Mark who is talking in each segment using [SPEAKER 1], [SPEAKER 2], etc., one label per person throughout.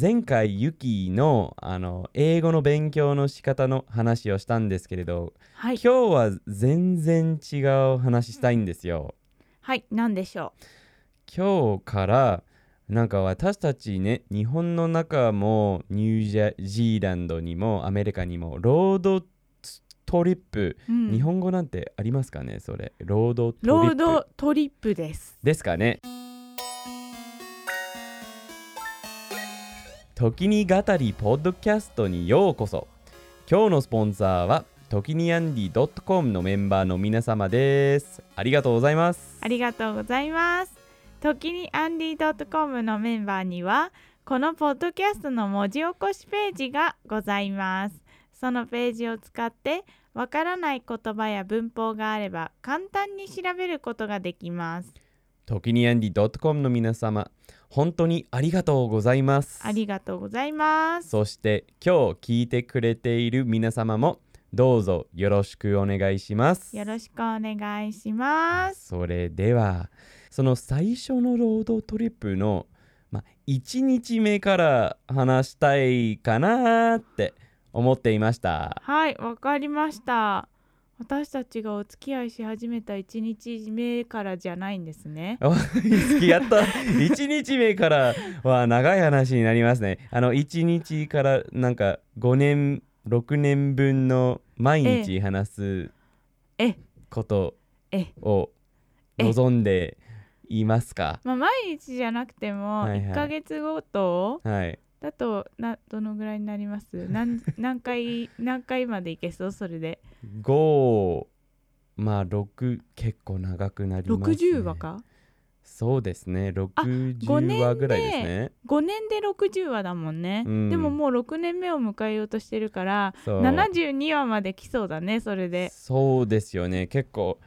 [SPEAKER 1] 前回ユキのあの英語の勉強の仕方の話をしたんですけれど、
[SPEAKER 2] はい。
[SPEAKER 1] 今日は全然違う話したいんですよ。
[SPEAKER 2] はい。なんでしょ
[SPEAKER 1] 今日からなんか私たちね日本の中もニュージャジーランドにもアメリカにもロードトリップ、
[SPEAKER 2] う。うん
[SPEAKER 1] 日本語なんてありますかねそれロードトリ
[SPEAKER 2] ロ
[SPEAKER 1] ッ
[SPEAKER 2] ー
[SPEAKER 1] プ
[SPEAKER 2] ドトリップです。
[SPEAKER 1] ですかね時に語りポッドキャストにようこそ今日のスポンサーは時にアンディ .com のメンバーの皆様ですありがとうございます
[SPEAKER 2] ありがとうございます。時にアンディ .com のメンバーには、このポッドキャストの文字起こしページがございます。そのページを使って、わからない言葉や文法があれば、簡単に調べることができます。
[SPEAKER 1] 時にアンディ .com の皆様本当にありがとうございます
[SPEAKER 2] ありがとうございます。
[SPEAKER 1] そして今日聞いてくれている皆様もどうぞよろしくお願いします
[SPEAKER 2] よろしくお願いします。
[SPEAKER 1] それではその最初のロードトリップの、まあ、1日目から話したいかなーって思っていました
[SPEAKER 2] はい、わかりました。私たちがお付き合いし始めた1日目からじゃないんですね。
[SPEAKER 1] お付き合った1日目からは長い話になりますねあの1日からなんか5年6年分の毎日話す
[SPEAKER 2] ええ
[SPEAKER 1] こと
[SPEAKER 2] え
[SPEAKER 1] を
[SPEAKER 2] え
[SPEAKER 1] 望んでいますか
[SPEAKER 2] まあ、毎日じゃなくても
[SPEAKER 1] はいはい
[SPEAKER 2] 1ヶ月ごと
[SPEAKER 1] はい
[SPEAKER 2] だとなどのぐらいになりま す何何回何回までいけそうそれで
[SPEAKER 1] 5まあ6結構長くなります、ね、
[SPEAKER 2] 60話か
[SPEAKER 1] そうですね
[SPEAKER 2] 五
[SPEAKER 1] 60
[SPEAKER 2] 年
[SPEAKER 1] 話ぐらいですね
[SPEAKER 2] 5年で60話だもんね、
[SPEAKER 1] うん
[SPEAKER 2] でももう6年目を迎えようとしてるから
[SPEAKER 1] そう
[SPEAKER 2] 72話まで来そうだねそれで
[SPEAKER 1] そうですよね結構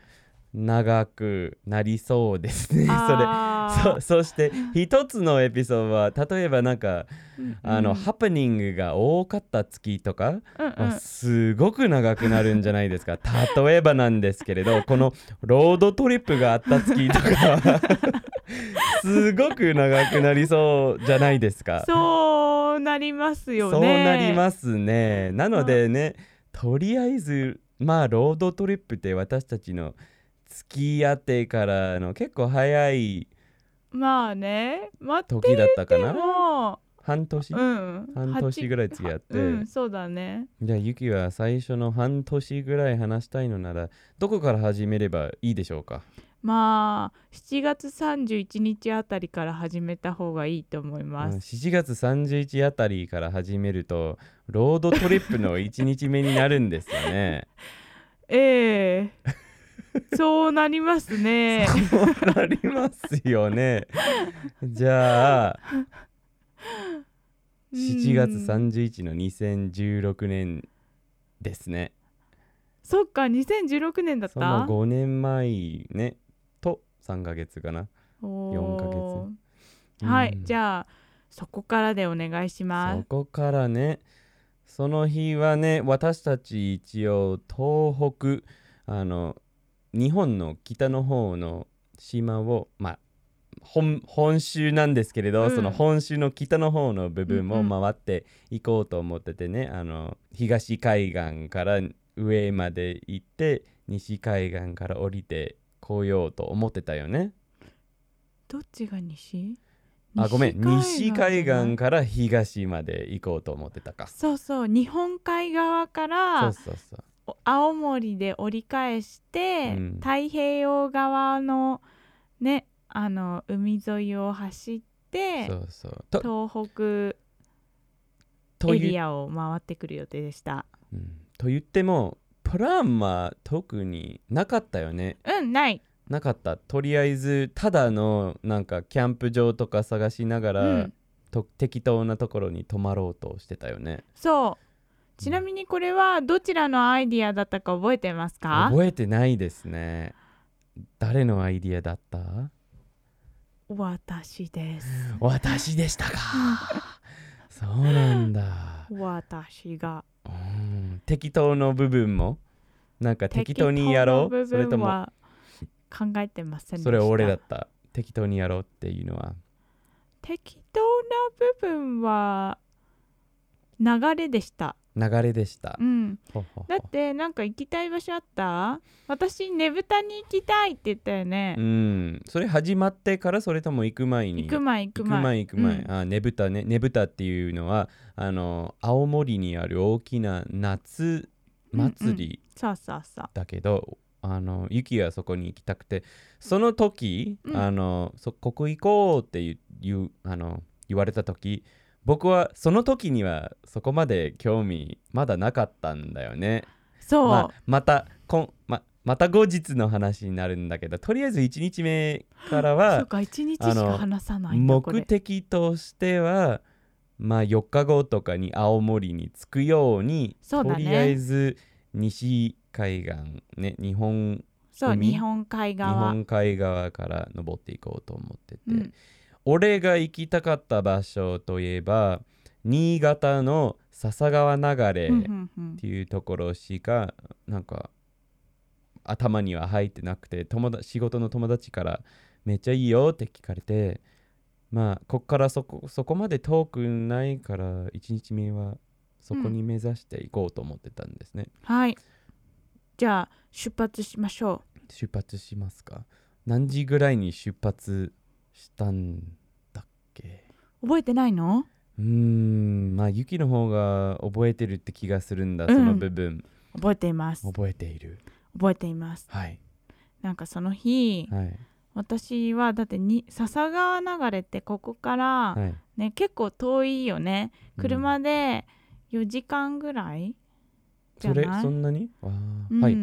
[SPEAKER 1] 長くなりそうですね それ
[SPEAKER 2] あー
[SPEAKER 1] そそして一つのエピソードは例えばなんか
[SPEAKER 2] うん
[SPEAKER 1] あの、
[SPEAKER 2] うん
[SPEAKER 1] ハプニングが多かった月とか、
[SPEAKER 2] うんうん
[SPEAKER 1] まあすごく長くなるんじゃないですか例えばなんですけれど このロードトリップがあった月とか はすごく長くなりそうじゃないです か
[SPEAKER 2] そうなりますよね。
[SPEAKER 1] そうなりますねなのでね、とりあえずまあロードトリップって私たちの付き合ってからの結構早い
[SPEAKER 2] まあね、待っ
[SPEAKER 1] 時だったか
[SPEAKER 2] て
[SPEAKER 1] な
[SPEAKER 2] も、
[SPEAKER 1] 半年、
[SPEAKER 2] うん、
[SPEAKER 1] 半年ぐらい付き合って
[SPEAKER 2] 八うん、そうだね。
[SPEAKER 1] じゃあユキは最初の半年ぐらい話したいのならどこから始めればいいでしょうか
[SPEAKER 2] まあ、7月31日あたりから始めた方がいいと思い
[SPEAKER 1] うん
[SPEAKER 2] ます。
[SPEAKER 1] 7月31あたりから始めるとロードトリップの1日目になるんですよね。
[SPEAKER 2] ええそうなります ね。
[SPEAKER 1] そうなりますよね。じゃあ
[SPEAKER 2] うん
[SPEAKER 1] 7月31の2016年ですね。
[SPEAKER 2] そっか、2016年だっ
[SPEAKER 1] その
[SPEAKER 2] た。
[SPEAKER 1] 5年前ねと3ヶ月かな。
[SPEAKER 2] お
[SPEAKER 1] 四ヶ
[SPEAKER 2] ー
[SPEAKER 1] 月
[SPEAKER 2] はい、
[SPEAKER 1] うん
[SPEAKER 2] じゃあ、そこからでお願いしま
[SPEAKER 1] そ
[SPEAKER 2] す。
[SPEAKER 1] こからねその日はね私たち一応東北あの日本の北の方の島をまあ本本州なんですけれど、
[SPEAKER 2] うん
[SPEAKER 1] その本州の北の方の部分
[SPEAKER 2] う
[SPEAKER 1] も
[SPEAKER 2] んう
[SPEAKER 1] 回っていこうと思っててね、あの東海岸から上まで行って西海岸から降りてこようと思ってたよね。
[SPEAKER 2] どっちが西。
[SPEAKER 1] あごめん西海
[SPEAKER 2] じゃない
[SPEAKER 1] 岸から東まで行こうと思ってたか。
[SPEAKER 2] そうそう日本海側か
[SPEAKER 1] そ
[SPEAKER 2] ら
[SPEAKER 1] うそうそう。
[SPEAKER 2] お青森で折り返して、
[SPEAKER 1] うん
[SPEAKER 2] 太平洋側のねあの海沿いを走って
[SPEAKER 1] そうそうと
[SPEAKER 2] 東北
[SPEAKER 1] と
[SPEAKER 2] エ
[SPEAKER 1] い
[SPEAKER 2] リ
[SPEAKER 1] う、
[SPEAKER 2] アを回ってくる予定でした
[SPEAKER 1] うんと言ってもプランは特になかったよね
[SPEAKER 2] うんない、
[SPEAKER 1] なかったとりあえずただのなんかキャンプ場とか探しなが
[SPEAKER 2] う
[SPEAKER 1] ら、
[SPEAKER 2] ん、
[SPEAKER 1] と適当なところに泊まろうとしてたよね
[SPEAKER 2] そうちなみにこれはどちらのアイディアだったか覚えてますか
[SPEAKER 1] 覚えてないですね誰のアイディアだった
[SPEAKER 2] 私です
[SPEAKER 1] 私で したかそうなんだ、
[SPEAKER 2] 私が
[SPEAKER 1] うん適当の部分もなんか適当にやろ
[SPEAKER 2] 適当
[SPEAKER 1] う
[SPEAKER 2] な
[SPEAKER 1] それ
[SPEAKER 2] 部
[SPEAKER 1] と
[SPEAKER 2] 分
[SPEAKER 1] も
[SPEAKER 2] は考えてませんでした
[SPEAKER 1] それ俺だった適当にやろうっていうのは
[SPEAKER 2] 適当な部分は流れでした。
[SPEAKER 1] 流れでした
[SPEAKER 2] う。ん、
[SPEAKER 1] ほほほ
[SPEAKER 2] だってなんか行きたい場所あった私ねぶたに行きたいって言ったよね
[SPEAKER 1] う。ん、それ始まってからそれとも行く前に
[SPEAKER 2] 行く前行く
[SPEAKER 1] 行く
[SPEAKER 2] 前。
[SPEAKER 1] 前行く前、
[SPEAKER 2] うん
[SPEAKER 1] あねぶたねねぶたっていうのはあの青森にある大きな夏祭り
[SPEAKER 2] そうそうそう。
[SPEAKER 1] だけど、あのユキはそこに行きたくてその時、
[SPEAKER 2] うん
[SPEAKER 1] あのそここ行こうっていう言うあの言われた時僕はその時にはそこまで興味まだなかったんだよね。
[SPEAKER 2] そう、
[SPEAKER 1] まあ、またこんままた後日の話になるんだけどとりあえず1日目から
[SPEAKER 2] そう
[SPEAKER 1] は
[SPEAKER 2] か一日しか話さないんだこ
[SPEAKER 1] 目
[SPEAKER 2] れ。
[SPEAKER 1] 的としてはまあ4日後とかに青森に着くように
[SPEAKER 2] そうだ
[SPEAKER 1] と
[SPEAKER 2] ね
[SPEAKER 1] りあえず西海岸ね日本
[SPEAKER 2] そう
[SPEAKER 1] 海
[SPEAKER 2] 日本海
[SPEAKER 1] 日
[SPEAKER 2] 側。
[SPEAKER 1] 本海側から登っていこうと思ってて、
[SPEAKER 2] うん、
[SPEAKER 1] 俺が行きたかった場所といえば新潟の笹川流れ、
[SPEAKER 2] うんうんうん
[SPEAKER 1] っていうところしかなんか頭には入ってなくて友達仕事の友達から「めっちゃいいよ」って聞かれてまあこっからそこそこまで遠くないから1日目はそこに目指していこうと思ってたんですね、
[SPEAKER 2] はい。じゃあ出発しましょ
[SPEAKER 1] 出発しますか何時ぐらいに出発したんだっけ
[SPEAKER 2] う。覚えてないの？
[SPEAKER 1] うーんまあユキの方が覚えてるって気がするんだ、
[SPEAKER 2] うん
[SPEAKER 1] その部分
[SPEAKER 2] 覚えています。
[SPEAKER 1] 覚えている
[SPEAKER 2] 覚えています。
[SPEAKER 1] はい
[SPEAKER 2] なんかその日、
[SPEAKER 1] はい
[SPEAKER 2] 私はだってに笹川流れってここから、
[SPEAKER 1] はい
[SPEAKER 2] ね結構遠いよね。
[SPEAKER 1] うん
[SPEAKER 2] 車で4時間ぐらいじゃ
[SPEAKER 1] それ
[SPEAKER 2] ない？
[SPEAKER 1] そんなにわあ、
[SPEAKER 2] うん
[SPEAKER 1] はい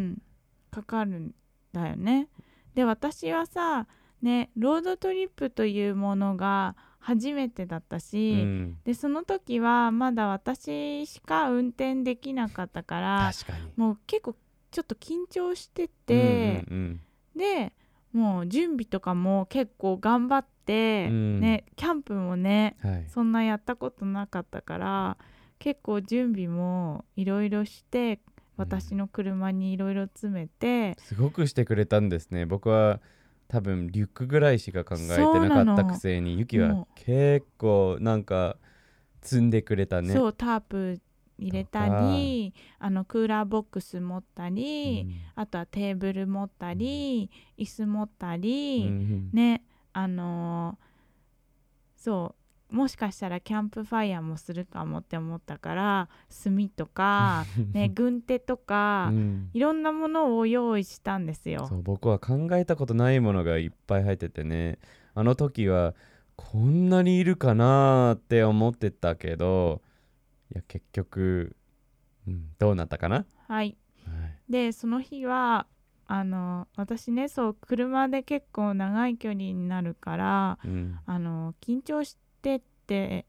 [SPEAKER 2] かかるんだよね。で私はさねロードトリップというものが初めてだった
[SPEAKER 1] う
[SPEAKER 2] し、
[SPEAKER 1] ん、
[SPEAKER 2] でその時はまだ私しか運転できなかったから
[SPEAKER 1] 確かに
[SPEAKER 2] もう結構ちょっと緊張してて、
[SPEAKER 1] うん
[SPEAKER 2] でもう準備とかも結構頑張って、
[SPEAKER 1] うん
[SPEAKER 2] ねキャンプもね
[SPEAKER 1] うんうんはい
[SPEAKER 2] そんなやったことなかったから結構準備もいろいろして私の車にいろいろ詰めて、
[SPEAKER 1] すごくしてくれたんですね僕は多分リュックぐらいしか考えてなかったくせにユキは
[SPEAKER 2] も
[SPEAKER 1] 結構なんか積んでくれたね
[SPEAKER 2] そうタープ入れたりあのクーラーボックス持った
[SPEAKER 1] う
[SPEAKER 2] り、
[SPEAKER 1] ん
[SPEAKER 2] あとはテーブル持ったり、椅子持った
[SPEAKER 1] うん
[SPEAKER 2] り、
[SPEAKER 1] うん
[SPEAKER 2] ねあのーそうもしかしたらキャンプファイヤーもするかもって思ったから炭 とか、ね、軍手とか、
[SPEAKER 1] うん
[SPEAKER 2] いろんなものを用意したんですよ。
[SPEAKER 1] そう僕は考えたことないものがいっぱい入っててねあの時はこんなにいるかなーって思ってたけどいや結局、うん、どうなったかな、
[SPEAKER 2] はい、
[SPEAKER 1] はい
[SPEAKER 2] でその日はあの私ねそう車で結構長い距離になるから
[SPEAKER 1] うん
[SPEAKER 2] あの緊張してって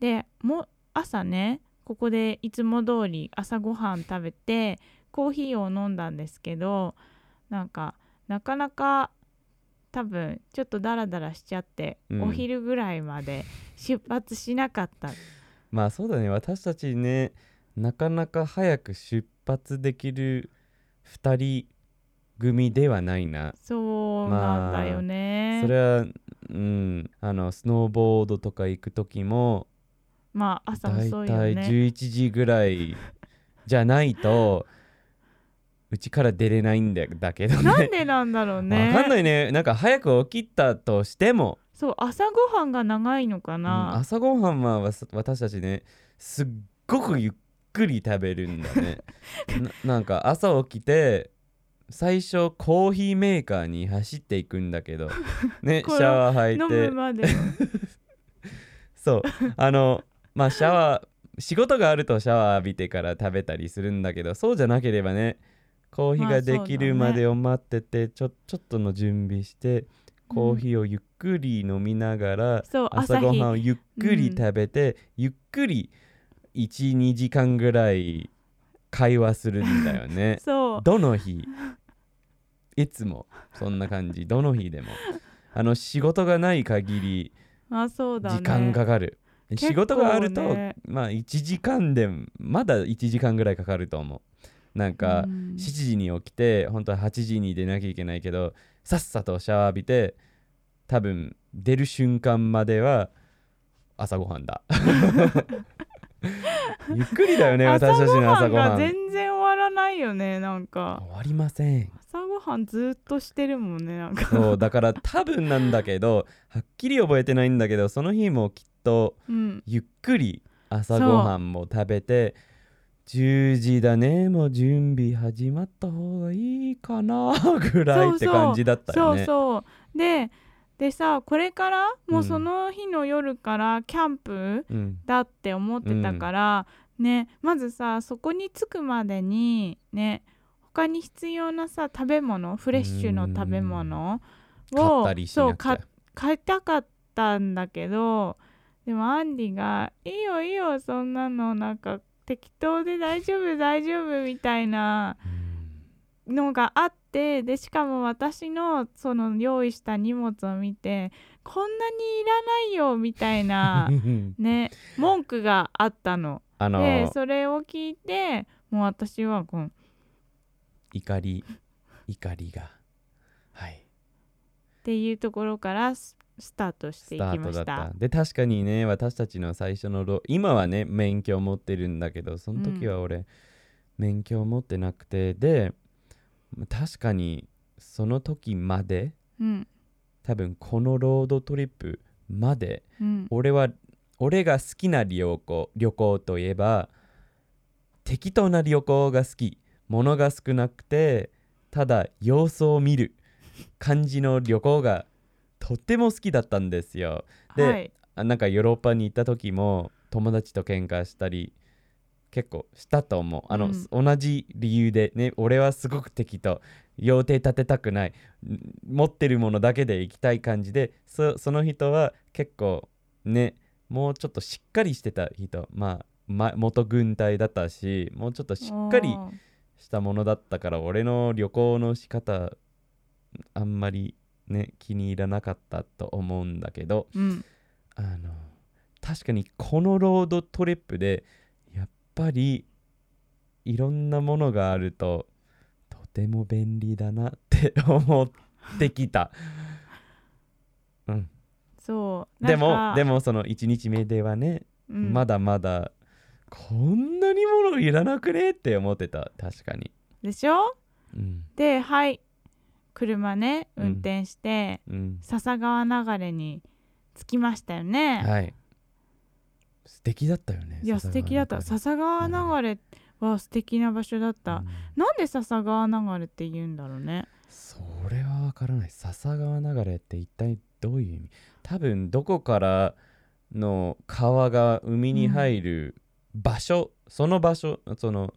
[SPEAKER 2] でもう朝ねここでいつも通り朝ごはん食べてコーヒーを飲んだんですけどなんかなかなか多分ちょっとダラダラしちゃって、
[SPEAKER 1] うん
[SPEAKER 2] お昼ぐらいまで出発しなかった
[SPEAKER 1] まあそうだね私たちねなかなか早く出発できる2人組ではないな、
[SPEAKER 2] そうなんだよね、
[SPEAKER 1] それはうんあのスノーボードとか行く時も
[SPEAKER 2] まあ朝
[SPEAKER 1] だい
[SPEAKER 2] 遅いよ
[SPEAKER 1] たい
[SPEAKER 2] ね
[SPEAKER 1] 11時ぐらいじゃないとうちから出れないんだだけどね
[SPEAKER 2] なんでなんだろうね
[SPEAKER 1] わかんないねなんか早く起きたとしても、
[SPEAKER 2] そう朝ごはんが長いのか
[SPEAKER 1] うん
[SPEAKER 2] な、
[SPEAKER 1] 朝ごはんはわす私たちねすっごくゆっくり食べるんだ ねななんか朝起きて最初コーヒーメーカーに走っていくんだけどねシ
[SPEAKER 2] これ
[SPEAKER 1] ャワー
[SPEAKER 2] 飲
[SPEAKER 1] 履い
[SPEAKER 2] む
[SPEAKER 1] て
[SPEAKER 2] までの
[SPEAKER 1] そうあのまあシャワー仕事があるとシャワー浴びてから食べたりするんだけどそうじゃなければねコーヒー
[SPEAKER 2] まあ
[SPEAKER 1] ができる
[SPEAKER 2] そうだね
[SPEAKER 1] までを待ってて、ちょちょっとの準備してコーヒーをゆっくり飲みながら、
[SPEAKER 2] そう
[SPEAKER 1] 朝ごはん
[SPEAKER 2] 朝
[SPEAKER 1] をゆっくり食べて、ゆっくり12時間ぐらい会話するんだよね
[SPEAKER 2] そう
[SPEAKER 1] どの日いつもそんな感じどの日でもあの仕事がない限り
[SPEAKER 2] あそうだね
[SPEAKER 1] 時間かかる、
[SPEAKER 2] 結構
[SPEAKER 1] 仕事があると、
[SPEAKER 2] ね
[SPEAKER 1] まあ1時間でまだ1時間ぐらいかかると思うなんか、
[SPEAKER 2] うん
[SPEAKER 1] 7時に起きて本当は8時に出なきゃいけないけどさっさとシャワー浴びて多分出る瞬間までは朝ごはん だゆっくりだよね私たちの朝
[SPEAKER 2] 朝
[SPEAKER 1] ご
[SPEAKER 2] ご
[SPEAKER 1] は
[SPEAKER 2] は
[SPEAKER 1] ん
[SPEAKER 2] んが全然終わらないよねなんか
[SPEAKER 1] 終わりません
[SPEAKER 2] 朝ごはんずっとしてるもんねなんか
[SPEAKER 1] そうだから多分なんだけどはっきり覚えてないんだけどその日もきっと
[SPEAKER 2] うん
[SPEAKER 1] ゆっくり朝ごはんも食べて10時だねもう準備始まった方がいいかな ぐらいって感じだったよ
[SPEAKER 2] そう
[SPEAKER 1] ね
[SPEAKER 2] そうででさこれからもううんその日の夜からキャンプ
[SPEAKER 1] うん
[SPEAKER 2] だって思ってたから、ねまずさそこに着くまでにね他に必要なさ食べ物フレッシュの食べ物
[SPEAKER 1] 買っ
[SPEAKER 2] を
[SPEAKER 1] たりし
[SPEAKER 2] そう
[SPEAKER 1] なき
[SPEAKER 2] 買
[SPEAKER 1] ゃ
[SPEAKER 2] っ買いたかったんだけどでもアンディが「いいよいいよそんなのなんか適当で大丈夫大丈夫」みたいな
[SPEAKER 1] うん
[SPEAKER 2] のがあってでしかも私のその用意した荷物を見て「こんなにいらないよ」みたいなね文句があったの。
[SPEAKER 1] あの
[SPEAKER 2] でそれを聞いてもう私はこう
[SPEAKER 1] 怒り怒りがはい
[SPEAKER 2] っていうところからススタートして
[SPEAKER 1] ス
[SPEAKER 2] い
[SPEAKER 1] タ
[SPEAKER 2] き
[SPEAKER 1] ー
[SPEAKER 2] ま
[SPEAKER 1] トだ
[SPEAKER 2] し
[SPEAKER 1] ったた。で確かにね私たちの最初のロ今はね免許を持ってるんだけどその時は俺、免許を持ってなくてで確かにその時まで
[SPEAKER 2] うん
[SPEAKER 1] 多分このロードトリップまで
[SPEAKER 2] うん
[SPEAKER 1] 俺は俺が好きな旅行旅行といえば適当な旅行が好き物が少なくてただ様子を見る感じの旅行がとっても好きだったんですよで
[SPEAKER 2] はい
[SPEAKER 1] あなんかヨーロッパに行った時も友達と喧嘩したり結構したと思うあの、
[SPEAKER 2] うん
[SPEAKER 1] 同じ理由でね俺はすごく適当予定立てたくないん持ってるものだけで行きたい感じでそその人は結構ねもうちょっとしっかりしてた人まあま元軍隊だったしもうちょっとしっかり
[SPEAKER 2] おー
[SPEAKER 1] したものだったから俺の旅行の仕方あんまりね気に入らなかったと思うんだけど、
[SPEAKER 2] うん
[SPEAKER 1] あの確かにこのロードトリップでやっぱりいろんなものがあるととても便利だなって 思ってきた。うん、
[SPEAKER 2] そう
[SPEAKER 1] で
[SPEAKER 2] な
[SPEAKER 1] も
[SPEAKER 2] んか
[SPEAKER 1] でもその1日目ではね、
[SPEAKER 2] うん
[SPEAKER 1] まだまだこんなにものいらなくねって思ってた確かに。
[SPEAKER 2] でしょ
[SPEAKER 1] うん
[SPEAKER 2] ではい車ね
[SPEAKER 1] うん
[SPEAKER 2] 運転して、
[SPEAKER 1] うん
[SPEAKER 2] 笹川流れに着きましたよね、
[SPEAKER 1] はい、素敵だったよね。
[SPEAKER 2] い、や素
[SPEAKER 1] 笹川
[SPEAKER 2] 敵だっ
[SPEAKER 1] 流れ
[SPEAKER 2] た笹川流れは素敵な場所だった、
[SPEAKER 1] うん
[SPEAKER 2] なんで笹川流れって言うんだろうね
[SPEAKER 1] それはわからない笹川流れって一体どういう意味多分どこからの川が海に入る場所、その場所その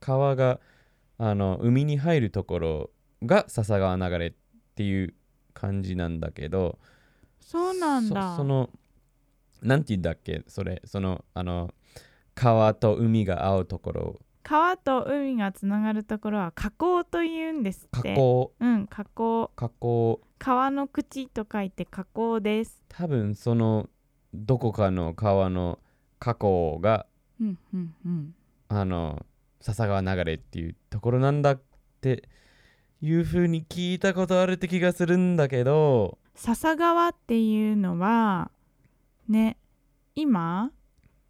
[SPEAKER 1] 川があの海に入るところが笹川流れっていう感じなんだけど
[SPEAKER 2] そうなんだ
[SPEAKER 1] そそのなんて言うんだっけそれそのあの川と海が合うところ
[SPEAKER 2] 川と海がつながるところは河口というんですっ
[SPEAKER 1] 河
[SPEAKER 2] て
[SPEAKER 1] 口
[SPEAKER 2] うん河口
[SPEAKER 1] 河口
[SPEAKER 2] 川の口と書いて河口です
[SPEAKER 1] 多分そのどこかの川の河口が
[SPEAKER 2] うんうんうん
[SPEAKER 1] あの笹川流れっていうところなんだっていう風に聞いたことあるって気がするんだけど
[SPEAKER 2] 笹川っていうのはね今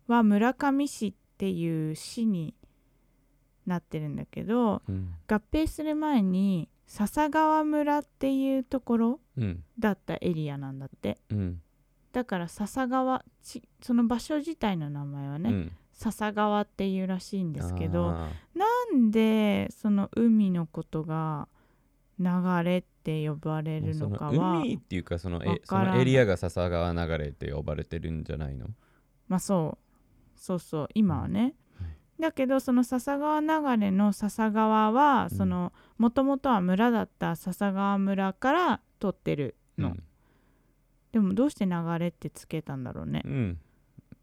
[SPEAKER 2] は村上市っていう市になってるんだけど
[SPEAKER 1] うん、
[SPEAKER 2] 合併する前に笹川村っていうところ
[SPEAKER 1] うん
[SPEAKER 2] だったエリアなんだって
[SPEAKER 1] うん
[SPEAKER 2] だから笹川ちその場所自体の名前はね、
[SPEAKER 1] うん
[SPEAKER 2] 笹川っていうらしいんですけど
[SPEAKER 1] あ
[SPEAKER 2] なんでその海のことが流れって呼ばれ
[SPEAKER 1] ーもう
[SPEAKER 2] る
[SPEAKER 1] そ
[SPEAKER 2] のか
[SPEAKER 1] の
[SPEAKER 2] は
[SPEAKER 1] 海っていうかその
[SPEAKER 2] わ
[SPEAKER 1] えそ
[SPEAKER 2] からない
[SPEAKER 1] のエリアが笹川流れって呼ばれてるんじゃないの
[SPEAKER 2] まあそうそうそう今はね、
[SPEAKER 1] うんは
[SPEAKER 2] だけどその笹川流れの笹川は
[SPEAKER 1] うん
[SPEAKER 2] そのもともとは村だった笹川村から取ってるの、
[SPEAKER 1] うん
[SPEAKER 2] でもどうして流れってつけたんだろうね
[SPEAKER 1] うん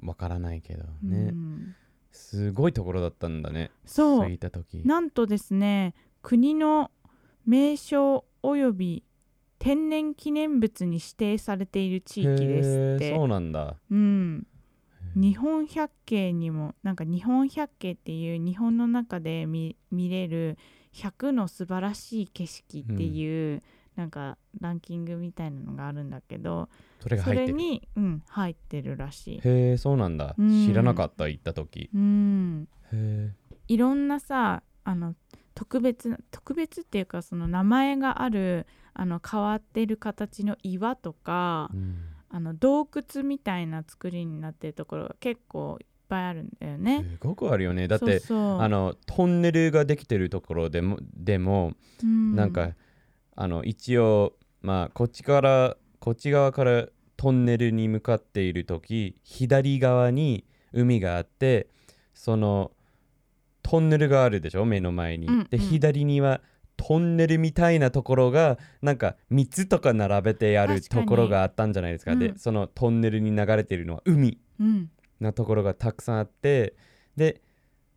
[SPEAKER 1] わからないけど
[SPEAKER 2] う
[SPEAKER 1] ね、
[SPEAKER 2] ん
[SPEAKER 1] すごいところだったんだね
[SPEAKER 2] そう
[SPEAKER 1] 着いた時
[SPEAKER 2] なんとですね国の名勝及び天然記念物に指定されている地域ですっ
[SPEAKER 1] へー
[SPEAKER 2] て
[SPEAKER 1] そうなんだ
[SPEAKER 2] うん、日本百景にもなんか日本百景っていう日本の中で見見れる100の素晴らしい景色っていうなんかランキングみたいなのがあるんだけど
[SPEAKER 1] それが
[SPEAKER 2] そ
[SPEAKER 1] 入っ
[SPEAKER 2] れ
[SPEAKER 1] てる
[SPEAKER 2] に、うん、入ってるらしい。
[SPEAKER 1] へえそうなんだ、
[SPEAKER 2] うん
[SPEAKER 1] 知らなかった行った時
[SPEAKER 2] うん、
[SPEAKER 1] へえ
[SPEAKER 2] いろんなさあの特別な特別っていうかその名前があるあの変わってる形の岩とか、
[SPEAKER 1] うん
[SPEAKER 2] あの洞窟みたいな作りになってるところが結構いっぱいあるんだよね。
[SPEAKER 1] すごくあるよねだって
[SPEAKER 2] そうそう
[SPEAKER 1] あのトンネルができてるところでもでも、
[SPEAKER 2] う
[SPEAKER 1] なんかあの一応まあこっちからこっち側からトンネルに向かっている時左側に海があってそのトンネルがあるでしょ目の前に。
[SPEAKER 2] うんう
[SPEAKER 1] で
[SPEAKER 2] ん
[SPEAKER 1] 左にはトンネルみたいなところがなんか3つとか並べてある
[SPEAKER 2] 確か
[SPEAKER 1] と
[SPEAKER 2] に
[SPEAKER 1] ころがあったんじゃないですか。
[SPEAKER 2] う
[SPEAKER 1] で
[SPEAKER 2] ん
[SPEAKER 1] そのトンネルに流れてるのは海。
[SPEAKER 2] うん
[SPEAKER 1] なところがたくさんあってで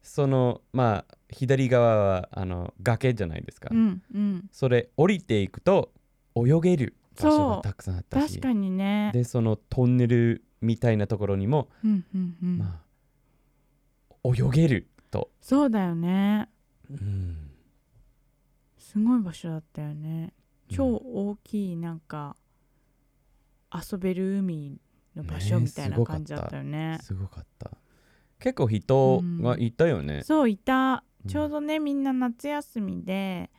[SPEAKER 1] そのまあ左側はあの崖じゃないですか、
[SPEAKER 2] うんうん、
[SPEAKER 1] それ降りていくと泳げる場所
[SPEAKER 2] そう
[SPEAKER 1] がたくさんあったし
[SPEAKER 2] 確かにね。
[SPEAKER 1] でそのトンネルみたいなところにも、
[SPEAKER 2] うんうんうん
[SPEAKER 1] まあ泳げると、
[SPEAKER 2] そうだよね。
[SPEAKER 1] うん
[SPEAKER 2] すごい場所だったよね。超大きいなんか遊べる海の場所
[SPEAKER 1] ね
[SPEAKER 2] みたい
[SPEAKER 1] す
[SPEAKER 2] な
[SPEAKER 1] ごかった
[SPEAKER 2] 感じだったよね。
[SPEAKER 1] すごかった結構人がいたよね、
[SPEAKER 2] そういた
[SPEAKER 1] うん
[SPEAKER 2] ちょうどねみんな夏休みで。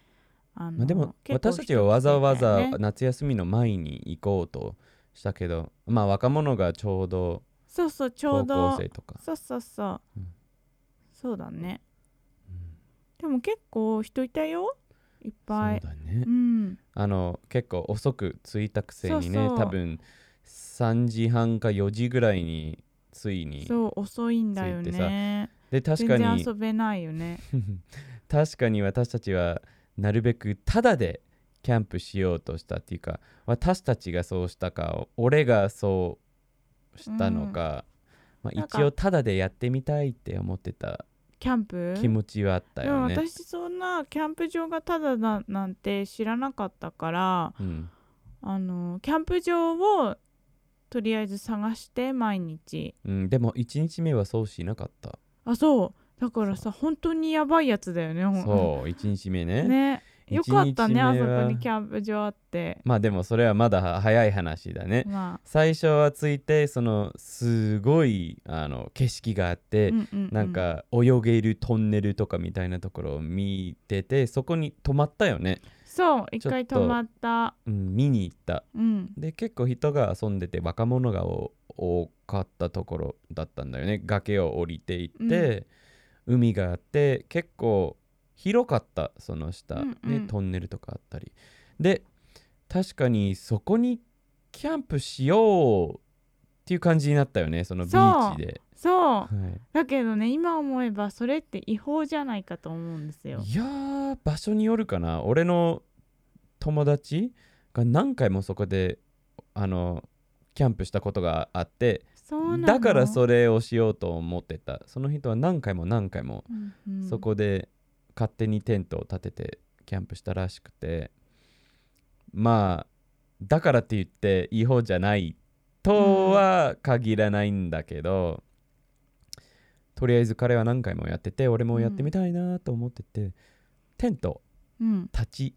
[SPEAKER 2] あの
[SPEAKER 1] まあ、でも
[SPEAKER 2] 結構
[SPEAKER 1] 私たちはわざわ
[SPEAKER 2] 人来て
[SPEAKER 1] ざ
[SPEAKER 2] たよね
[SPEAKER 1] 夏休みの前に行こうとしたけどまあ若者がちょうど
[SPEAKER 2] そうそうちょ
[SPEAKER 1] 高
[SPEAKER 2] うど
[SPEAKER 1] 校生とか
[SPEAKER 2] そうそうそう、
[SPEAKER 1] うん
[SPEAKER 2] そうだね
[SPEAKER 1] うん
[SPEAKER 2] でも結構人いたよいっぱい
[SPEAKER 1] そうだね、
[SPEAKER 2] うん
[SPEAKER 1] あの結構遅く着いたくせにね
[SPEAKER 2] そうそう
[SPEAKER 1] 多分3時半か4時ぐらいについに
[SPEAKER 2] そう遅いんだよ
[SPEAKER 1] ついてさ
[SPEAKER 2] ね
[SPEAKER 1] で確か
[SPEAKER 2] 全
[SPEAKER 1] に
[SPEAKER 2] 然遊べないよね
[SPEAKER 1] 確かに私たちはなるべくタダでキャンプしようとしたっていうか私たちがそうしたか俺がそうしたのか、ま
[SPEAKER 2] な
[SPEAKER 1] あ、
[SPEAKER 2] んか
[SPEAKER 1] 一応タダでやってみたいって思ってた
[SPEAKER 2] キャンプ
[SPEAKER 1] 気持ちはあった
[SPEAKER 2] でも
[SPEAKER 1] よね。
[SPEAKER 2] 私そんなキャンプ場がタダだなんて知らなかったから
[SPEAKER 1] うん
[SPEAKER 2] あのキャンプ場をとりあえず探して毎日
[SPEAKER 1] うん、でも1日目はそうしなかった。
[SPEAKER 2] あそうだからさ本当にやばいやつだよねほん
[SPEAKER 1] そう1日目ね。
[SPEAKER 2] ねよかったね
[SPEAKER 1] 一日
[SPEAKER 2] あ
[SPEAKER 1] 目
[SPEAKER 2] そ
[SPEAKER 1] は
[SPEAKER 2] こにキャンプ場あって
[SPEAKER 1] まあでもそれはまだ早い話だね。
[SPEAKER 2] ま
[SPEAKER 1] 最初はついてそのすごいあの景色があって、
[SPEAKER 2] あ、うんうん う
[SPEAKER 1] なんか泳げるトンネルとかみたいなところを見ててそこに泊まったよね、
[SPEAKER 2] そう一回
[SPEAKER 1] ちょっと
[SPEAKER 2] 泊まった
[SPEAKER 1] うん、見に行った
[SPEAKER 2] うん
[SPEAKER 1] で結構人が遊んでて若者がお多かったところだったんだよね崖を降りていって、海があって結構広かったその下、
[SPEAKER 2] うんう
[SPEAKER 1] ね
[SPEAKER 2] ん
[SPEAKER 1] トンネルとかあったりで確かにそこにキャンプしようっていう感じになったよねそのビーチで、
[SPEAKER 2] そう
[SPEAKER 1] はい
[SPEAKER 2] だけどね今思えばそれって違法じゃないかと思うんですよ
[SPEAKER 1] いやー場所によるかな俺の友達が何回もそこであのキャンプしたことがあって
[SPEAKER 2] そうなの
[SPEAKER 1] だからそれをしようと思ってたその人は何回も何回も
[SPEAKER 2] うんうん
[SPEAKER 1] そこで勝手にテントを立ててキャンプしたらしくてまあだからって言って違法じゃないとは限らないんだけど、とりあえず彼は何回もやってて俺もやってみたいなと思ってて、テント
[SPEAKER 2] うん
[SPEAKER 1] 立ち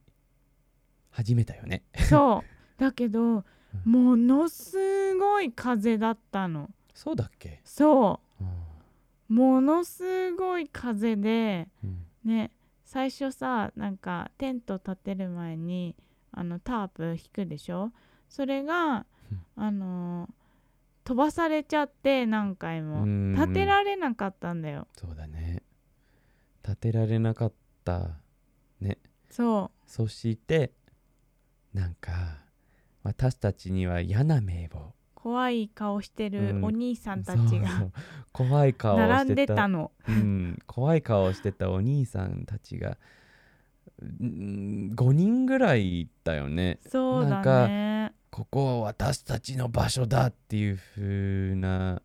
[SPEAKER 1] 始めたよね
[SPEAKER 2] そうだけどものすごい風だったの
[SPEAKER 1] そうだっけ、
[SPEAKER 2] そ
[SPEAKER 1] うん
[SPEAKER 2] うものすごい風で
[SPEAKER 1] うん
[SPEAKER 2] ね最初さなんかテント立てる前にあのタープ引くでしょそれが
[SPEAKER 1] うん
[SPEAKER 2] あのー飛ばされちゃって何回
[SPEAKER 1] う
[SPEAKER 2] も
[SPEAKER 1] ん
[SPEAKER 2] 立てられなかったんだよ
[SPEAKER 1] そうだね立てられなかった
[SPEAKER 2] そ
[SPEAKER 1] そしてなんか私たちには嫌な名簿
[SPEAKER 2] う怖い顔してる
[SPEAKER 1] うん
[SPEAKER 2] お兄さん
[SPEAKER 1] そ
[SPEAKER 2] たち
[SPEAKER 1] うそ
[SPEAKER 2] が
[SPEAKER 1] う怖い顔をしてた
[SPEAKER 2] 並んでたの
[SPEAKER 1] うん、怖い顔をしてたお兄さんたちが、うん、5人ぐらいだよね
[SPEAKER 2] そう
[SPEAKER 1] なん
[SPEAKER 2] だ
[SPEAKER 1] か
[SPEAKER 2] ね
[SPEAKER 1] ここは私たちの場所だっていう風な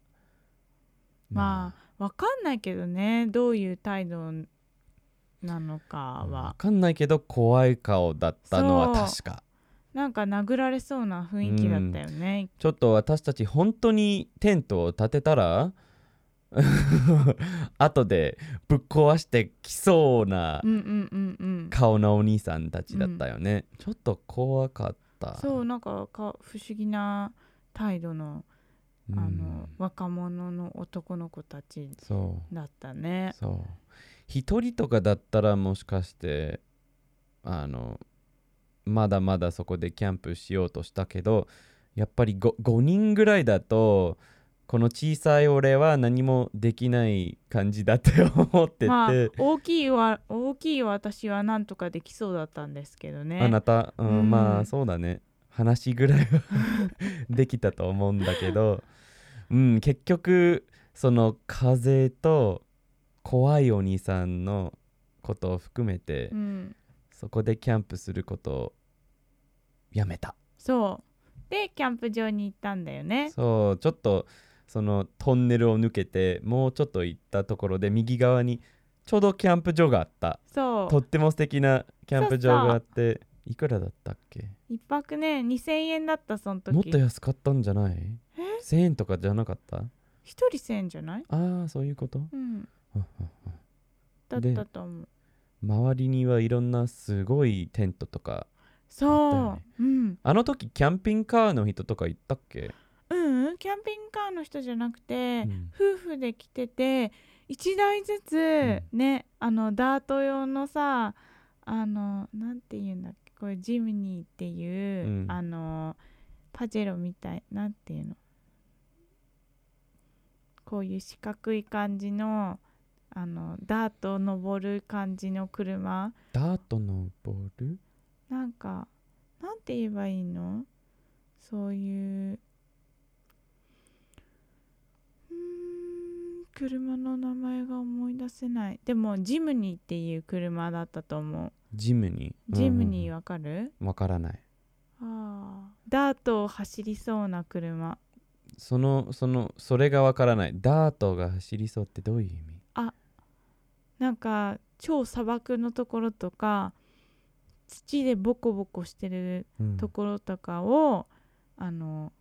[SPEAKER 2] まあわかんないけどねどういう態度なのか
[SPEAKER 1] わ
[SPEAKER 2] は
[SPEAKER 1] かんないけど怖い顔だったのは
[SPEAKER 2] そう
[SPEAKER 1] 確か
[SPEAKER 2] なんか殴られそうな雰囲気だったよね
[SPEAKER 1] ちょっと私たち本当にテントを建てたら 後でぶっ壊してきそうな
[SPEAKER 2] うんうんうんうん
[SPEAKER 1] 顔のお兄さんたちだったよね、ちょっと怖かった
[SPEAKER 2] そうなんかか不思議な態度の
[SPEAKER 1] うん
[SPEAKER 2] あの、若者の男の子たち
[SPEAKER 1] そ
[SPEAKER 2] だった
[SPEAKER 1] う
[SPEAKER 2] ね。
[SPEAKER 1] そう一人とかだったらもしかしてあのまだまだそこでキャンプしようとしたけどやっぱり 5, 5人ぐらいだとこの小さい俺は何もできない感じだって思ってて、
[SPEAKER 2] まあ
[SPEAKER 1] あ、
[SPEAKER 2] 大きいわ大きい私はなんとかできそうだったんですけどね。
[SPEAKER 1] なた、うん
[SPEAKER 2] うん
[SPEAKER 1] まあそうだね話ぐらいは できたと思うんだけど、うん、結局その風と怖いお兄さんのことを含めて、
[SPEAKER 2] うん、
[SPEAKER 1] そこでキャンプすることをやめた
[SPEAKER 2] そうでキャンプ場に行ったんだよね。
[SPEAKER 1] そうちょっとそのトンネルを抜けてもうちょっと行ったところで右側にちょうどキャンプ場があった
[SPEAKER 2] そう
[SPEAKER 1] とっても素敵なキャンプ場があっていくらだったっけ
[SPEAKER 2] 一泊ね2,000円だったその時
[SPEAKER 1] もっと安かったんじゃない ?1000 円とかじゃなかった
[SPEAKER 2] 一人1,000円じゃない、
[SPEAKER 1] ああそういうこと
[SPEAKER 2] うん、
[SPEAKER 1] うんうん
[SPEAKER 2] だっ
[SPEAKER 1] で
[SPEAKER 2] たと思う。
[SPEAKER 1] 周りにはいろんなすごいテントとか
[SPEAKER 2] そう、
[SPEAKER 1] だったよね
[SPEAKER 2] うん、
[SPEAKER 1] あの時キャンピングカーの人とか行ったっけ、
[SPEAKER 2] うんうんキャンピングカーの人じゃなくて、
[SPEAKER 1] うん
[SPEAKER 2] 夫婦で来てて1台ずつ、
[SPEAKER 1] う
[SPEAKER 2] ねあのダート用のさあのなんて言うんだっけこれジムニーっていう、
[SPEAKER 1] うん
[SPEAKER 2] あのパジェロみたいなんていうのこういう四角い感じのあのダートを登る感じの車
[SPEAKER 1] ダートのボール
[SPEAKER 2] なんかなんて言えばいいのそういううーん車の名前が思い出せないでもジムニーっていう車だったと思う
[SPEAKER 1] ジムニー
[SPEAKER 2] ジムニー
[SPEAKER 1] は
[SPEAKER 2] わかる、
[SPEAKER 1] わからない
[SPEAKER 2] あーダートを走りそうな車
[SPEAKER 1] そのそのそれがわからないダートが走りそうってどういう意味
[SPEAKER 2] なんか超砂漠のところとか土でボコボコしてる
[SPEAKER 1] うん
[SPEAKER 2] ところとかを、あの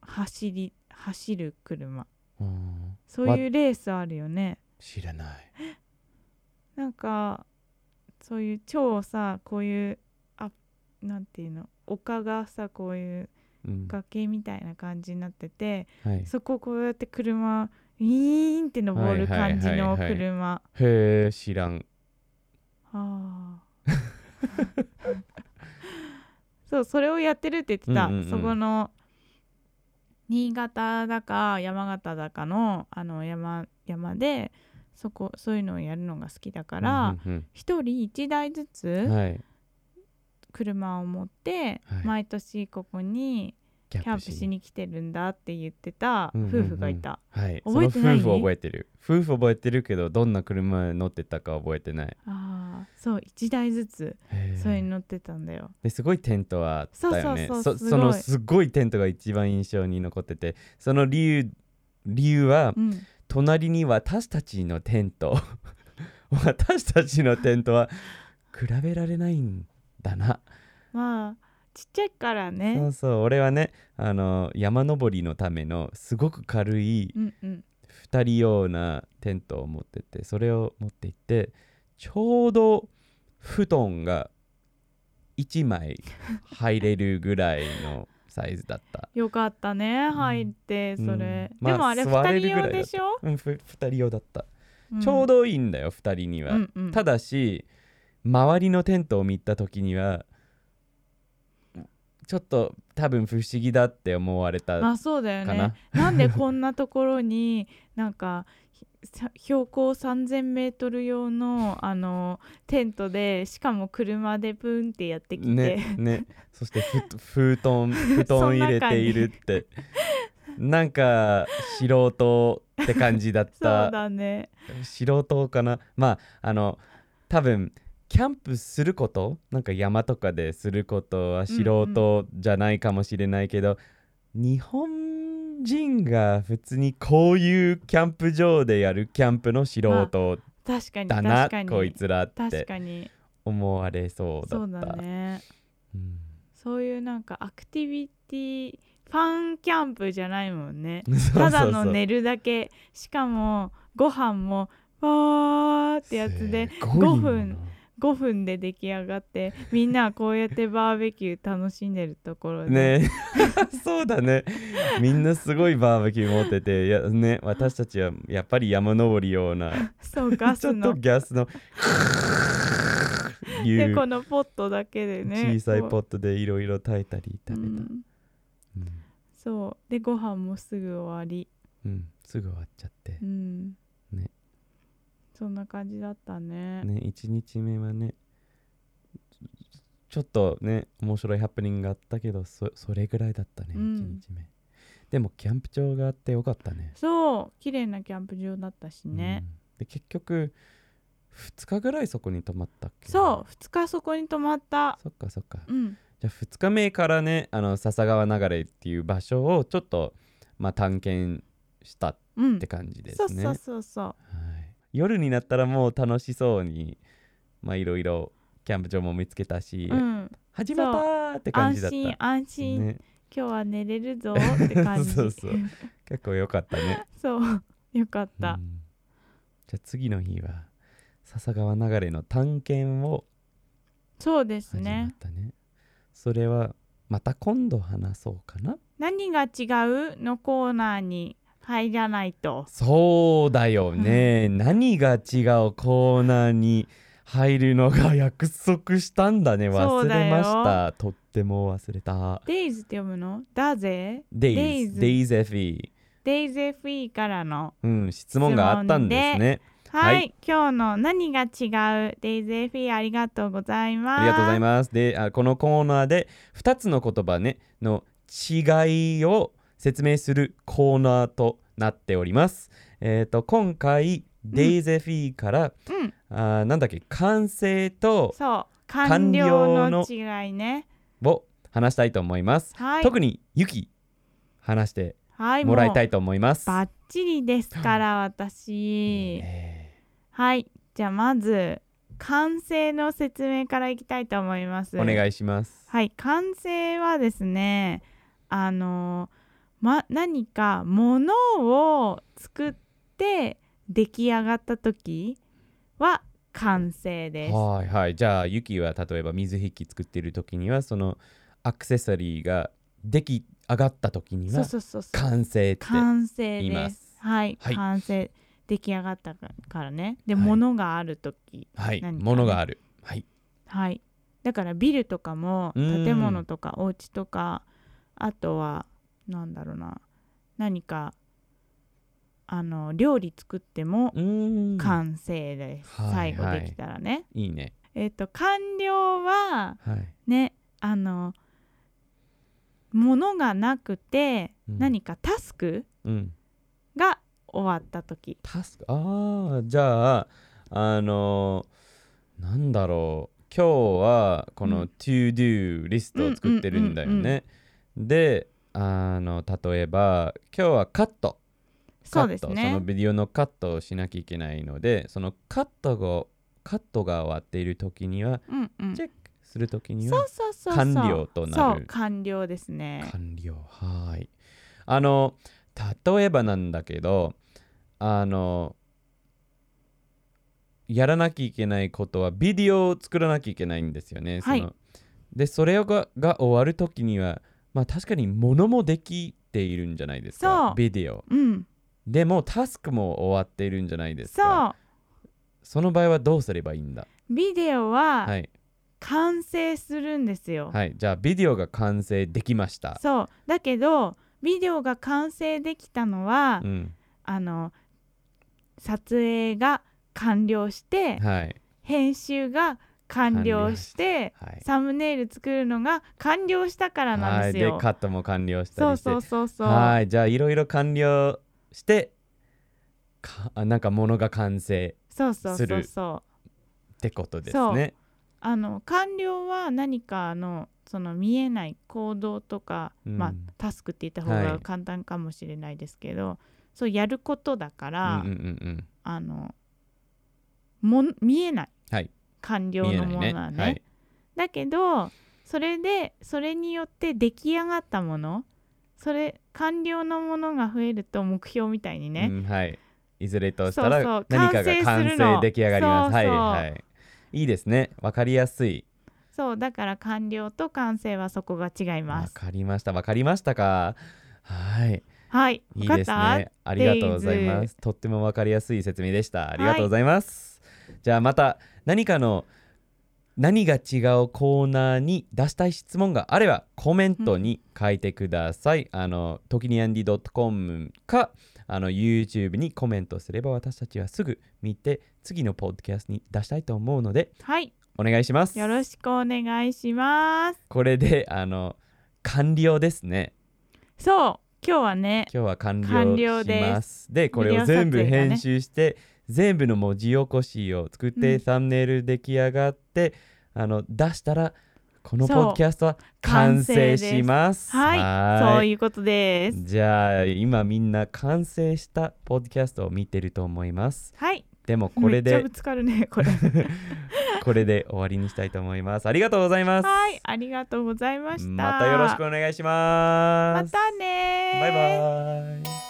[SPEAKER 2] 走り走る車
[SPEAKER 1] うん
[SPEAKER 2] そういうレースあるよね
[SPEAKER 1] 知らない
[SPEAKER 2] なんかそういう超さこういうあなんていうの丘がさこういう
[SPEAKER 1] うん
[SPEAKER 2] 崖みたいな感じになってて、
[SPEAKER 1] はい
[SPEAKER 2] そこをこうやって車ウィーンって登る感じの
[SPEAKER 1] はいはいはいはい
[SPEAKER 2] 車
[SPEAKER 1] へえ知らん
[SPEAKER 2] あー そうそれをやってるって言ってた、
[SPEAKER 1] うんうんうん
[SPEAKER 2] そこの新潟だか山形だかのあの山山でそこそういうのをやるのが好きだから、
[SPEAKER 1] うん
[SPEAKER 2] 一人一台ず
[SPEAKER 1] うんう
[SPEAKER 2] つ
[SPEAKER 1] んはい
[SPEAKER 2] 車を持って、
[SPEAKER 1] はい
[SPEAKER 2] 毎年ここに
[SPEAKER 1] キ
[SPEAKER 2] キャンプし
[SPEAKER 1] に
[SPEAKER 2] に来てるんだって言ってた
[SPEAKER 1] うんうん
[SPEAKER 2] 夫婦がいた、
[SPEAKER 1] はいそ
[SPEAKER 2] 覚
[SPEAKER 1] の
[SPEAKER 2] え
[SPEAKER 1] 夫
[SPEAKER 2] てない
[SPEAKER 1] 婦を覚えてる夫婦覚えてるけどどんな車乗ってたか覚えてない
[SPEAKER 2] ああそう一台ずつ
[SPEAKER 1] へえ
[SPEAKER 2] それに乗ってたんだよ、
[SPEAKER 1] ですごいテントはあったよね
[SPEAKER 2] そうそうそ
[SPEAKER 1] そ
[SPEAKER 2] うすごい
[SPEAKER 1] そのすごいテントが一番印象に残っててその理由理由は
[SPEAKER 2] うん
[SPEAKER 1] 隣に私たちのテント 私たちのテントは比べられないんだな
[SPEAKER 2] まあちっちゃいからね
[SPEAKER 1] そうそう俺はねあの山登りのためのすごく軽い
[SPEAKER 2] うんうん
[SPEAKER 1] 2人用なテントを持っててそれを持って行ってちょうど布団が1枚入れるぐらいのサイズだった、
[SPEAKER 2] よかったね入って
[SPEAKER 1] うん
[SPEAKER 2] それ、
[SPEAKER 1] まあ
[SPEAKER 2] でも
[SPEAKER 1] 座
[SPEAKER 2] あれ
[SPEAKER 1] れ
[SPEAKER 2] 2
[SPEAKER 1] る
[SPEAKER 2] 人
[SPEAKER 1] ぐら
[SPEAKER 2] 用
[SPEAKER 1] いだ
[SPEAKER 2] でしょ、
[SPEAKER 1] うん、ふ2人用だった、
[SPEAKER 2] ん
[SPEAKER 1] ちょうどいいんだよ2人には、
[SPEAKER 2] うんうん
[SPEAKER 1] ただし周りのテントを見た時にはちょっと多分不思議だって思われた
[SPEAKER 2] まあそうだよ
[SPEAKER 1] か
[SPEAKER 2] ね
[SPEAKER 1] な
[SPEAKER 2] なんでこんなところ になんかひさ標高3,000メートル用のあのテントでしかも車でプーンってやってきて、
[SPEAKER 1] ねねそしてふ布団布団入れているってなんか素人って感じだっ
[SPEAKER 2] そう
[SPEAKER 1] た
[SPEAKER 2] だね
[SPEAKER 1] 素人かなまああの多分キャンプすることなんか山とかですることは素人じゃないかもしれないけど、日本人が普通にこういうキャンプ場でやるキャンプの素人
[SPEAKER 2] 確かに
[SPEAKER 1] だな、
[SPEAKER 2] 確かに
[SPEAKER 1] こいつらっ
[SPEAKER 2] 確
[SPEAKER 1] て
[SPEAKER 2] かに
[SPEAKER 1] 思われそうだった。
[SPEAKER 2] そうだね
[SPEAKER 1] うん
[SPEAKER 2] そういうなんかアクティビティファンキャンプじゃないもんね
[SPEAKER 1] そう
[SPEAKER 2] ただ
[SPEAKER 1] そう
[SPEAKER 2] の
[SPEAKER 1] そう
[SPEAKER 2] 寝るだけしかもご飯もわーってやつです
[SPEAKER 1] ごいよな
[SPEAKER 2] 5分5分で出来上がってみんなはこうやってバーベキュー楽しんでるところで、
[SPEAKER 1] ね そうだねみんなすごいバーベキュー持ってていや、ね、私たちはやっぱり山登りような
[SPEAKER 2] そうガ
[SPEAKER 1] ちょ
[SPEAKER 2] ス
[SPEAKER 1] っと
[SPEAKER 2] の
[SPEAKER 1] ギャスのい
[SPEAKER 2] で
[SPEAKER 1] う
[SPEAKER 2] このポットだけでね
[SPEAKER 1] 小さい
[SPEAKER 2] こう
[SPEAKER 1] ポットでいろいろ炊いたり炒めた、
[SPEAKER 2] うん
[SPEAKER 1] うん
[SPEAKER 2] そうでご飯もすぐ終わり
[SPEAKER 1] うんすぐ終わっちゃって
[SPEAKER 2] う、ん
[SPEAKER 1] ね
[SPEAKER 2] そんな感じだったね
[SPEAKER 1] ね1日目はねちょっとね面白いハプニングがあったけどそそれぐらいだったね、
[SPEAKER 2] うん
[SPEAKER 1] 1日目でもキャンプ場があってよかったね
[SPEAKER 2] そう綺麗なキャンプ場だったしね、
[SPEAKER 1] うんで結局2日ぐらいそこに泊まったっけ
[SPEAKER 2] そう2日そこに泊まった
[SPEAKER 1] そっかそっか
[SPEAKER 2] うん
[SPEAKER 1] じゃあ2日目からねあの笹川流れっていう場所をちょっと、まあ、探検したっ
[SPEAKER 2] うん
[SPEAKER 1] て感じです
[SPEAKER 2] そう
[SPEAKER 1] ね、
[SPEAKER 2] そうそうそう
[SPEAKER 1] はい、夜になったらもう楽しそうにまあいろいろキャンプ場も見つけたし、
[SPEAKER 2] うん、
[SPEAKER 1] 始まったーって感
[SPEAKER 2] 安
[SPEAKER 1] じだった
[SPEAKER 2] 心安心、
[SPEAKER 1] ね、
[SPEAKER 2] 今日は寝れるぞって感 じ
[SPEAKER 1] そうそう結構良かったね、
[SPEAKER 2] そうよかっ
[SPEAKER 1] う
[SPEAKER 2] た、
[SPEAKER 1] んじゃあ次の日は笹川流れの探検を
[SPEAKER 2] そうです
[SPEAKER 1] 始まっ
[SPEAKER 2] ね
[SPEAKER 1] たねそれはまた今度話そうかな
[SPEAKER 2] 何が違うのコーナーに入らないと
[SPEAKER 1] そうだよね、何が違うコーナーに入るのが約束したんだね
[SPEAKER 2] そ
[SPEAKER 1] 忘
[SPEAKER 2] うだ
[SPEAKER 1] れ
[SPEAKER 2] よ
[SPEAKER 1] ましたとっても忘れた
[SPEAKER 2] デイズって読むのだぜ
[SPEAKER 1] Days
[SPEAKER 2] Days
[SPEAKER 1] Days FE
[SPEAKER 2] デイズ FE からの
[SPEAKER 1] うん質問があったんですね
[SPEAKER 2] はい、
[SPEAKER 1] はい
[SPEAKER 2] 今日の何が違うデイズ FE ありがとうございます
[SPEAKER 1] ありがとうございますであこのコーナーで2つの言葉ねの違いを説明するコーナーとなっておりますえっ、と今回 Days FE から、
[SPEAKER 2] うん
[SPEAKER 1] あーなんだっけ完成と
[SPEAKER 2] そう
[SPEAKER 1] 完
[SPEAKER 2] 完
[SPEAKER 1] 了
[SPEAKER 2] 了
[SPEAKER 1] の
[SPEAKER 2] の違いね
[SPEAKER 1] を話したいと思います
[SPEAKER 2] はい
[SPEAKER 1] 特にユキ話して
[SPEAKER 2] はい
[SPEAKER 1] もらいた
[SPEAKER 2] い
[SPEAKER 1] いと思います。
[SPEAKER 2] バッチリですから私
[SPEAKER 1] え
[SPEAKER 2] はいじゃあまず完成の説明からいきたいと思います
[SPEAKER 1] ーお願いします。
[SPEAKER 2] はい完成はですねあのま何かものを作って出来上がった時は完成です
[SPEAKER 1] はいはい。じゃあユキは例えば水引き作ってる時にはそのアクセサリーが出来上がった時に
[SPEAKER 2] そう
[SPEAKER 1] は
[SPEAKER 2] そうそうそう
[SPEAKER 1] 完成って。
[SPEAKER 2] 完成
[SPEAKER 1] 言いま
[SPEAKER 2] ですすはい、
[SPEAKER 1] はい
[SPEAKER 2] 完成出来上がったからねで、
[SPEAKER 1] はい
[SPEAKER 2] ものがある時
[SPEAKER 1] はい。
[SPEAKER 2] 何かね
[SPEAKER 1] ものがある。はい。
[SPEAKER 2] はいだからビルとかも
[SPEAKER 1] うん
[SPEAKER 2] 建物とかお家とかあとはなんだろうな何かあの料理作っても
[SPEAKER 1] うーん。
[SPEAKER 2] 完成です、
[SPEAKER 1] はい
[SPEAKER 2] 最後できたらね、
[SPEAKER 1] いいね。
[SPEAKER 2] えっ、と完了は
[SPEAKER 1] はい。
[SPEAKER 2] ねあのものがなくて、
[SPEAKER 1] うん
[SPEAKER 2] 何かタスク
[SPEAKER 1] うん。
[SPEAKER 2] が終わった時
[SPEAKER 1] タスク。ああ、じゃああのーなんだろう。今日はこ
[SPEAKER 2] う
[SPEAKER 1] の
[SPEAKER 2] ん
[SPEAKER 1] to do リストを作ってるんだよ
[SPEAKER 2] うんうんうん
[SPEAKER 1] ね。で、あの例えば今日はカット。
[SPEAKER 2] そうです
[SPEAKER 1] カットその
[SPEAKER 2] ね
[SPEAKER 1] ビデオのカットをしなきゃいけないのでそのカットがカットが終わっている時には
[SPEAKER 2] うんうん
[SPEAKER 1] チ
[SPEAKER 2] そ
[SPEAKER 1] ェックする時に
[SPEAKER 2] う
[SPEAKER 1] は
[SPEAKER 2] そうそうそう
[SPEAKER 1] 完了となる
[SPEAKER 2] そう完了ですね
[SPEAKER 1] 完了はいあの例えばなんだけどあのやらなきゃいけないことはビデオを作らなきゃいけないんですよね、
[SPEAKER 2] はい
[SPEAKER 1] そのでそれがが終わる時にはまあ確かに物もできているんじゃないです
[SPEAKER 2] そ
[SPEAKER 1] か
[SPEAKER 2] う
[SPEAKER 1] ビデオ
[SPEAKER 2] うん
[SPEAKER 1] でもタスクも終わっているんじゃないですか
[SPEAKER 2] そう
[SPEAKER 1] その場合はどうすればいいんだ
[SPEAKER 2] ビデオ
[SPEAKER 1] は、
[SPEAKER 2] はい完成するんですよ、
[SPEAKER 1] はい、じゃあビデオが完成できました。
[SPEAKER 2] そうだけどビデオが完成できたのは、
[SPEAKER 1] うん、
[SPEAKER 2] あの撮影が完了して、
[SPEAKER 1] はい、
[SPEAKER 2] 編集が完了して
[SPEAKER 1] はい、
[SPEAKER 2] サムネイル作るのが完了したからなん
[SPEAKER 1] は
[SPEAKER 2] で
[SPEAKER 1] い、
[SPEAKER 2] す
[SPEAKER 1] で
[SPEAKER 2] よ、
[SPEAKER 1] カットも完了した
[SPEAKER 2] そう
[SPEAKER 1] りして、
[SPEAKER 2] そうそうそう
[SPEAKER 1] はい、じゃあいろいろ完了して、かあなんかものが完成
[SPEAKER 2] そうそう
[SPEAKER 1] す
[SPEAKER 2] そう
[SPEAKER 1] る
[SPEAKER 2] そう
[SPEAKER 1] ってことで
[SPEAKER 2] そ
[SPEAKER 1] す
[SPEAKER 2] う
[SPEAKER 1] ね。
[SPEAKER 2] あの完了は何かのその見えない行動とか、
[SPEAKER 1] うん
[SPEAKER 2] まあタスクって言った方
[SPEAKER 1] は
[SPEAKER 2] が
[SPEAKER 1] い
[SPEAKER 2] 簡単かもしれないですけど、そうやることだか
[SPEAKER 1] う
[SPEAKER 2] ら、
[SPEAKER 1] んうんうん
[SPEAKER 2] あのもん見えない、
[SPEAKER 1] はい
[SPEAKER 2] 完
[SPEAKER 1] うん、
[SPEAKER 2] 了
[SPEAKER 1] 見え
[SPEAKER 2] の
[SPEAKER 1] ない
[SPEAKER 2] ものはね
[SPEAKER 1] はい、
[SPEAKER 2] だけどそれでそれによって出来上がったものそれ完了のものが増えると目標みたいにね、
[SPEAKER 1] うん、はいいずれとしたら
[SPEAKER 2] そうそう
[SPEAKER 1] 何かが
[SPEAKER 2] 完成
[SPEAKER 1] 完
[SPEAKER 2] するの
[SPEAKER 1] 成出来上がります
[SPEAKER 2] そうそう
[SPEAKER 1] はいはいいいですねわかりやすい
[SPEAKER 2] そうだから完了と完成はそこが違
[SPEAKER 1] わ
[SPEAKER 2] います
[SPEAKER 1] かりましたわかりましたかはい
[SPEAKER 2] はい
[SPEAKER 1] い
[SPEAKER 2] 分
[SPEAKER 1] い
[SPEAKER 2] か
[SPEAKER 1] で
[SPEAKER 2] っ
[SPEAKER 1] す
[SPEAKER 2] た、
[SPEAKER 1] ねありがとうございま
[SPEAKER 2] デイ
[SPEAKER 1] すとってもわかりやすい説明でしたありがとうございます、じゃあまた何かの何が違うコーナーに出したい質問があればコメントに書いてください、あの時にアンディ .com かあの YouTube にコメントすれば私たちはすぐ見て次のポッドキャストに出したいと思うので
[SPEAKER 2] はい
[SPEAKER 1] お願いします
[SPEAKER 2] よろしくお願いします
[SPEAKER 1] これであの完了ですね
[SPEAKER 2] そう今日はね
[SPEAKER 1] 今日は完了
[SPEAKER 2] 完了
[SPEAKER 1] し
[SPEAKER 2] です
[SPEAKER 1] ますでこ
[SPEAKER 2] ビ
[SPEAKER 1] れ
[SPEAKER 2] デ
[SPEAKER 1] を
[SPEAKER 2] オ撮影
[SPEAKER 1] 全部
[SPEAKER 2] がね
[SPEAKER 1] 編集して、全部の文字起こしを作って、
[SPEAKER 2] うん
[SPEAKER 1] サムネイル出来上がってあの出したらこのポ
[SPEAKER 2] そう
[SPEAKER 1] ッドキャストは完成します
[SPEAKER 2] はい
[SPEAKER 1] ー
[SPEAKER 2] そういうことです
[SPEAKER 1] じゃあ今みんな完成したポッドキャストを見てると思います
[SPEAKER 2] はい
[SPEAKER 1] でもこれ
[SPEAKER 2] めっちゃ
[SPEAKER 1] で
[SPEAKER 2] ぶつかるね これ
[SPEAKER 1] これで終わりにしたいと思いますありがとうございます
[SPEAKER 2] はいありがとうございました
[SPEAKER 1] またよろしくお願いしま
[SPEAKER 2] ますたねー
[SPEAKER 1] バイバイ